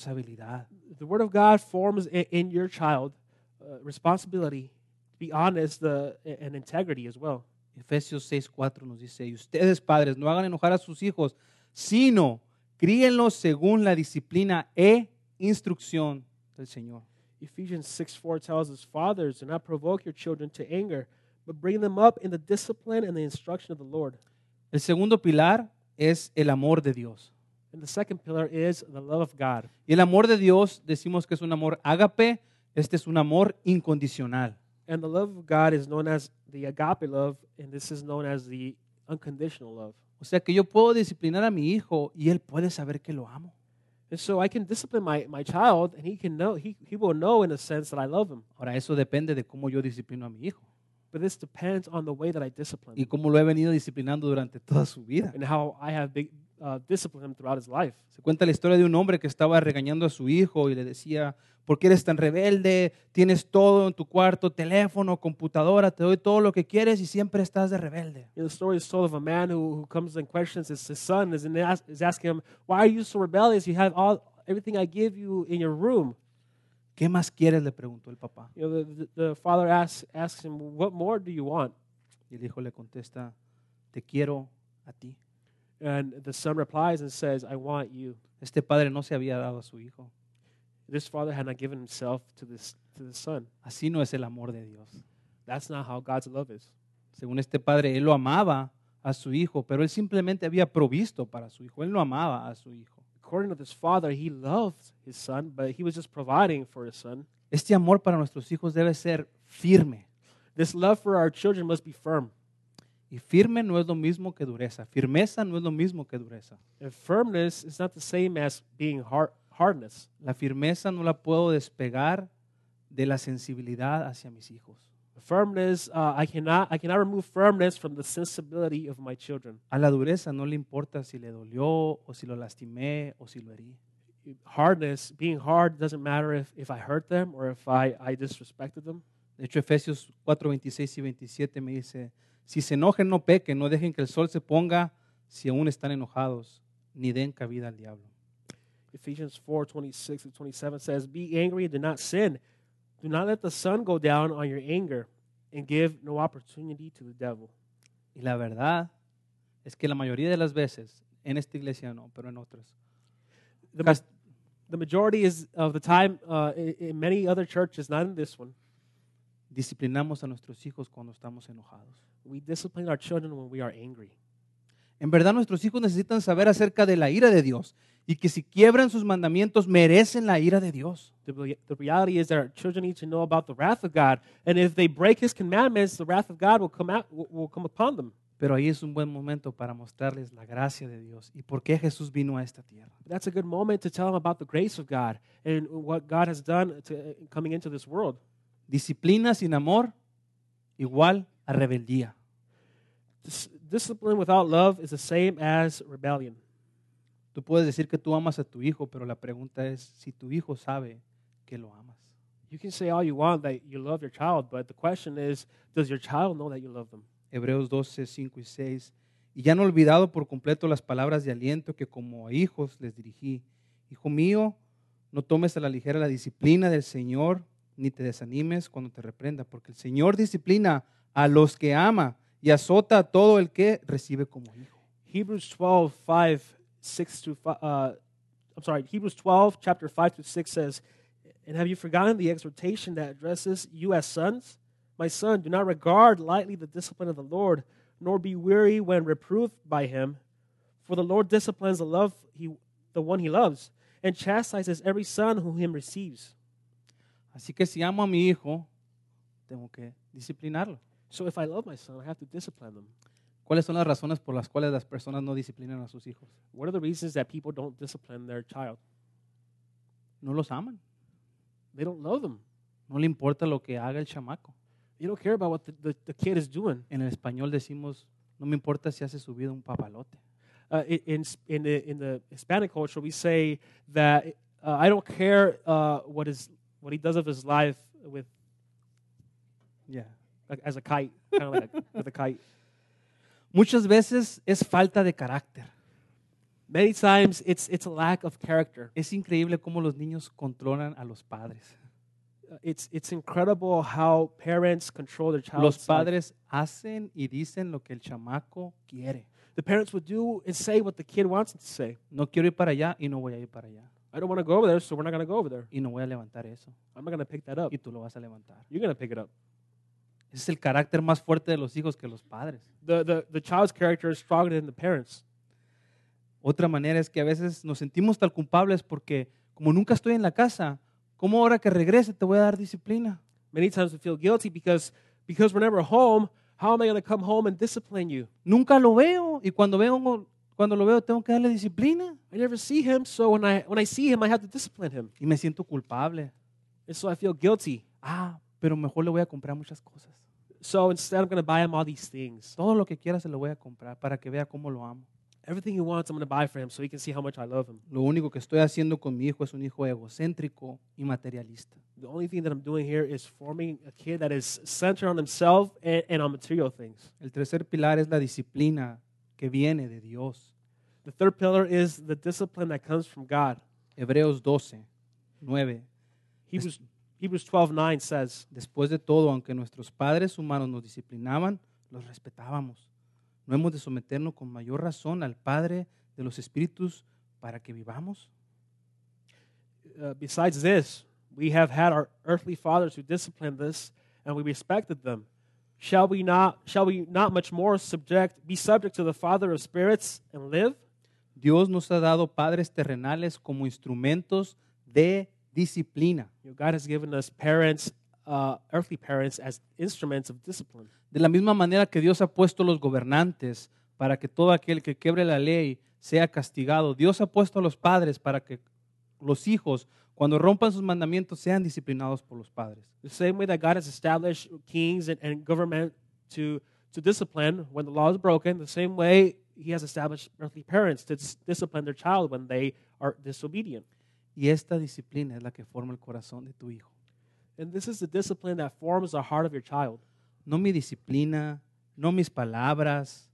responsabilidad.
the word of God forms in, in your child uh, responsibility to be honest the, and integrity as well.
Efesios 6:4 nos dice, y ustedes padres no hagan enojar a sus hijos, sino críenlos según la disciplina e instrucción del Señor.
Ephesians 6 4 tells us, Fathers, do not provoke your children to anger, but bring them up in the discipline and the instruction of the Lord.
El segundo pilar es el amor de Dios.
And the second pillar is the love of God.
Y el amor de Dios decimos que es un amor ágape, este es un amor incondicional.
And the love of God is known as the agape love, and this is known as the unconditional love.
O sea que yo puedo disciplinar a mi hijo y él puede saber que lo amo.
And so I can discipline my, my child, and he can know he, he will know in a sense that I love him.
Ahora, eso depende de cómo yo disciplino a mi hijo
But this depends on the way that I discipline
y
him
cómo lo he venido disciplinando durante toda su vida.
and how I have big, uh, disciplined him throughout his life.
Se cuenta la historia de un hombre que estaba regañando a su hijo y le decía, ¿por qué eres tan rebelde? Tienes todo en tu cuarto, teléfono, computadora, te doy todo lo que quieres y siempre estás de rebelde.
You know, the story is told of a man who, who comes and questions his, his son is, and ask, is asking him, "Why are you so rebellious? You have all everything I give you in your room."
¿Qué más quieres? le preguntó el papá.
You know, the, the, the father asks asks him, "What more do you want?"
Y el hijo le contesta, te quiero a ti.
And the son replies and says, "I want you."
Este padre no se había dado a su hijo.
This father had not given himself to this to the son.
Así no es el amor de Dios.
That's not how God's love is.
Según este padre, él lo amaba a su hijo, pero él simplemente había provisto para su hijo. Él no amaba a su hijo.
According to this father, he loved his son, but he was just providing for his son.
Este amor para nuestros hijos debe ser firme.
This love for our children must be firm,
Y firme no es lo mismo que dureza. Firmeza no es lo mismo que dureza.
and firmness is not the same as being hard, hardness.
La firmeza no la puedo despegar de la sensibilidad hacia mis hijos.
Firmness, uh, I cannot, I cannot remove firmness from the sensibility of my children.
A la dureza no le importa si le dolió o si lo lastimé o si lo herí.
Hardness, being hard, doesn't matter if, if I hurt them or if I, I disrespected them.
De hecho, Efesios 4, 26 y 27 me dice, si se enojen, no pequen, no dejen que el sol se ponga si aún están enojados, ni den cabida al diablo.
Ephesians 4 26 to 27 says, Be angry and do not sin. Do not let the sun go down on your anger, and give no opportunity to the devil.
Y la verdad es que la mayoría de las veces, en esta iglesia no, pero en otras,
The, ma-
cas-
the majority is of the time uh, in, in many other churches, not in this one,
disciplinamos a nuestros hijos cuando estamos enojados.
we discipline our children when we are angry.
En verdad nuestros hijos necesitan saber acerca de la ira de Dios y que si quiebran sus mandamientos merecen la ira de Dios.
The, re- the reality is that our children need to know about the wrath of God, and if they break His commandments, the wrath of God will come out will, will come upon them.
Pero ahí es un buen momento para mostrarles la gracia de Dios y por qué Jesús vino a esta tierra.
But that's a good moment to tell them about the grace of God and what God has done to, uh, coming into this world.
Disciplina sin amor igual a rebeldía.
Dis- discipline without love is the same as rebellion.
Tú puedes decir que tú amas a tu hijo, pero la pregunta es si tu hijo sabe que lo amas.
You can say all you want that you love your child, but the question is, does your child know that you love them?
Hebreos 12, 5 y 6. Y ya han olvidado por completo las palabras de aliento que como a hijos les dirigí. Hijo mío, no tomes a la ligera la disciplina del Señor, ni te desanimes cuando te reprenda, porque el Señor disciplina a los que ama y azota a todo el que recibe como hijo.
Hebrews 12, 5, 6 to fi- uh, I'm sorry, Hebrews 12, chapter 5 through 6 says, And have you forgotten the exhortation that addresses you as sons? My son, do not regard lightly the discipline of the Lord, nor be weary when reproved by him. For the Lord disciplines the, love he, the one he loves, and chastises every son whom him receives.
Así que si amo a mi hijo, tengo que disciplinarlo.
So if I love my son, I have to discipline them.
¿Cuáles son las razones por las cuales las personas no disciplinan a sus hijos?
What are the reasons that people don't discipline their child?
No los aman.
They don't love them.
No le importa lo que haga el chamaco.
They don't care about what the, the, the kid is doing.
En el español decimos, no me importa si hace su vida un papalote.
uh, i- in s- in the, in the Hispanic culture, we say that uh, I don't care uh, what is what he does of his life with like, as a kite, kind of like a, with a kite.
Muchas veces es falta de carácter.
Many times, it's it's a lack of character.
Es increíble cómo los niños controlan a los padres.
Uh, It's it's incredible how parents control their child.
Los padres hacen y dicen lo que el chamaco quiere.
the parents would do and say what the kid wants them to say.
No quiero ir para allá y no voy a ir para allá.
I don't want to go over there, so we're not going to go over there.
Y no voy a levantar eso.
I'm not going to pick that up.
Y tú lo vas a levantar.
You're going to pick it up.
Ese es el carácter más fuerte de los hijos que los padres.
The, the the child's character is stronger than the parents.
Otra manera es que a veces nos sentimos tan culpables porque como nunca estoy en la casa, ¿cómo ahora que regrese te voy a dar disciplina?
Many times we feel guilty because because we're never home. How am I going to come home and discipline you?
Nunca lo veo y cuando, veo, cuando lo veo tengo que darle disciplina
I never see him, so when I when I see him, I have to discipline him,
y me siento culpable.
and so I feel guilty.
Ah, pero mejor le voy a comprar muchas cosas.
So instead, I'm going to buy him all these things.
Todo lo que quiera se lo voy a comprar para que vea cómo lo amo.
Everything he wants, I'm going to buy for him, so he can see how much I love him.
Lo único que estoy haciendo con mi hijo es un hijo egocéntrico y materialista.
The only thing that I'm doing here is forming a kid that is centered on himself and, and on material things.
El tercer pilar es la disciplina que viene de Dios.
The third pillar is the discipline that comes from God.
Hebreos 12, 9.
Hebrews Hebrews 12:9 says,
Después de todo, aunque nuestros padres humanos nos disciplinaban, los respetábamos. ¿No hemos de someternos con mayor razón al Padre de los Espíritus para que vivamos?
uh, "Besides this, we have had our earthly fathers who disciplined us, and we respected them. Shall we not? Shall we not much more subject be subject to the Father of spirits and live?"
Dios nos ha dado padres terrenales como instrumentos de disciplina.
You know, God has given us parents, uh, earthly parents, as instruments of discipline.
De la misma manera que Dios ha puesto los gobernantes para que todo aquel que quiebre la ley sea castigado, Dios ha puesto a los padres para que los hijos, cuando rompan sus mandamientos, sean disciplinados por los padres.
The same way that God has established kings and, and government to to discipline when the law is broken, the same way He has established earthly parents to dis- discipline their child when they are disobedient.
Y esta disciplina es la que forma el corazón de tu hijo.
And this is the discipline that forms the heart of your child.
No mi disciplina, no mis palabras,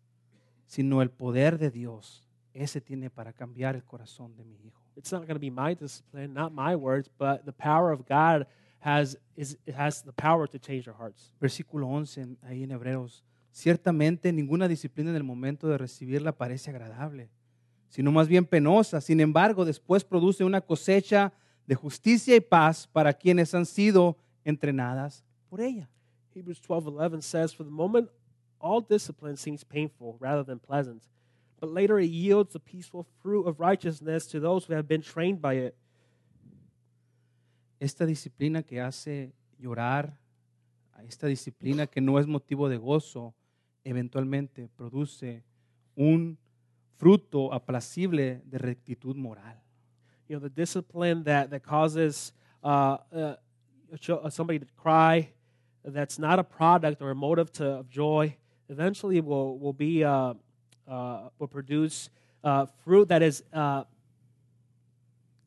sino el poder de Dios. Ese tiene para cambiar el corazón de mi hijo.
It's not going to be my discipline, not my words, but the power of God has is it has the power to change our hearts.
Versículo 11, en- ahí en Hebreos. Ciertamente ninguna disciplina en el momento de recibirla parece agradable, sino más bien penosa. Sin embargo, después produce una cosecha de justicia y paz para quienes han sido entrenadas por ella.
Hebrews 12:11 says, "For the moment all discipline seems painful rather than pleasant, but later it yields the peaceful fruit of righteousness to those who have been trained by it."
esta disciplina que hace llorar, a esta disciplina que no es motivo de gozo, eventualmente produce un fruto aplacible de rectitud moral.
You know, the discipline that that causes uh, uh, a cho- uh, somebody to cry, that's not a product or a motive to, of joy, eventually will will be uh, uh, will produce uh, fruit that is uh,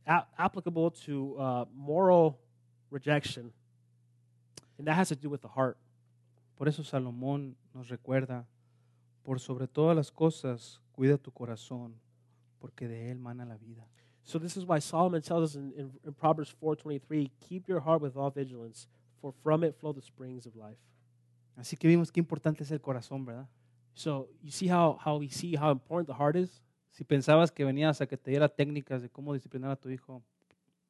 a- applicable to uh, moral rejection, and that has to do with the heart.
Por eso Salomón nos recuerda, por sobre todas las cosas, cuida tu corazón, porque de él mana la vida.
So this is why Solomon tells us in, in, in Proverbs 4:23, "Keep your heart with all vigilance, for from it flow the springs of life."
Así que vimos qué importante es el corazón, ¿verdad?
So you see how how we see how important the heart is.
Si pensabas que venías a que te diera técnicas de cómo disciplinar a tu hijo,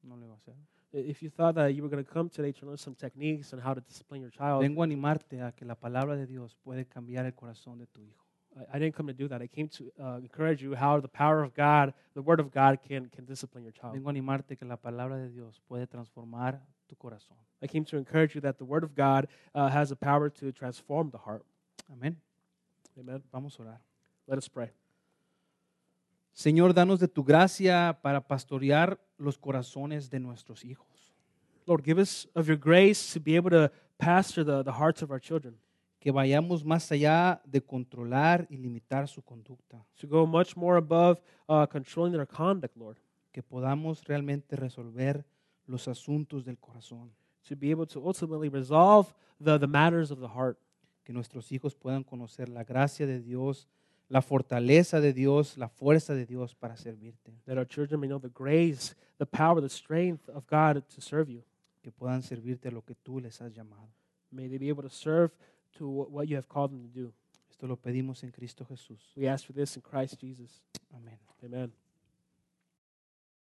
no le va a hacer.
I- If you thought that you were going to come today to learn some techniques on how to discipline your child,
Vengo a animarte a que la palabra de Dios puede cambiar el corazón de tu hijo.
I, I didn't come to do that. I came to uh, encourage you how the power of God, the Word of God, can can discipline your child.
Vengo a animarte que la palabra de Dios puede transformar tu corazón.
I came to encourage you that the Word of God uh, has the power to transform the heart.
Amén.
Amen.
Vamos a orar.
Let us pray.
Señor, danos de tu gracia para pastorear los corazones de nuestros hijos.
Lord, give us of your grace to be able to pastor the, the hearts of our children.
Que vayamos más allá de controlar y limitar su conducta.
to go much more above uh, controlling their conduct, Lord,
Que podamos realmente resolver los asuntos del corazón.
to be able to ultimately resolve the, the matters of the heart,
Que nuestros hijos puedan conocer la gracia de Dios, la fortaleza de Dios, la fuerza de Dios para servirte.
that our children may know the grace, the power, the strength of God to serve you.
que puedan servirte a lo que tú les has llamado.
May they be able to serve to wh- what you have called them to do.
Esto lo pedimos en Cristo Jesús.
We ask for this in Christ Jesus.
Amén.
Amen.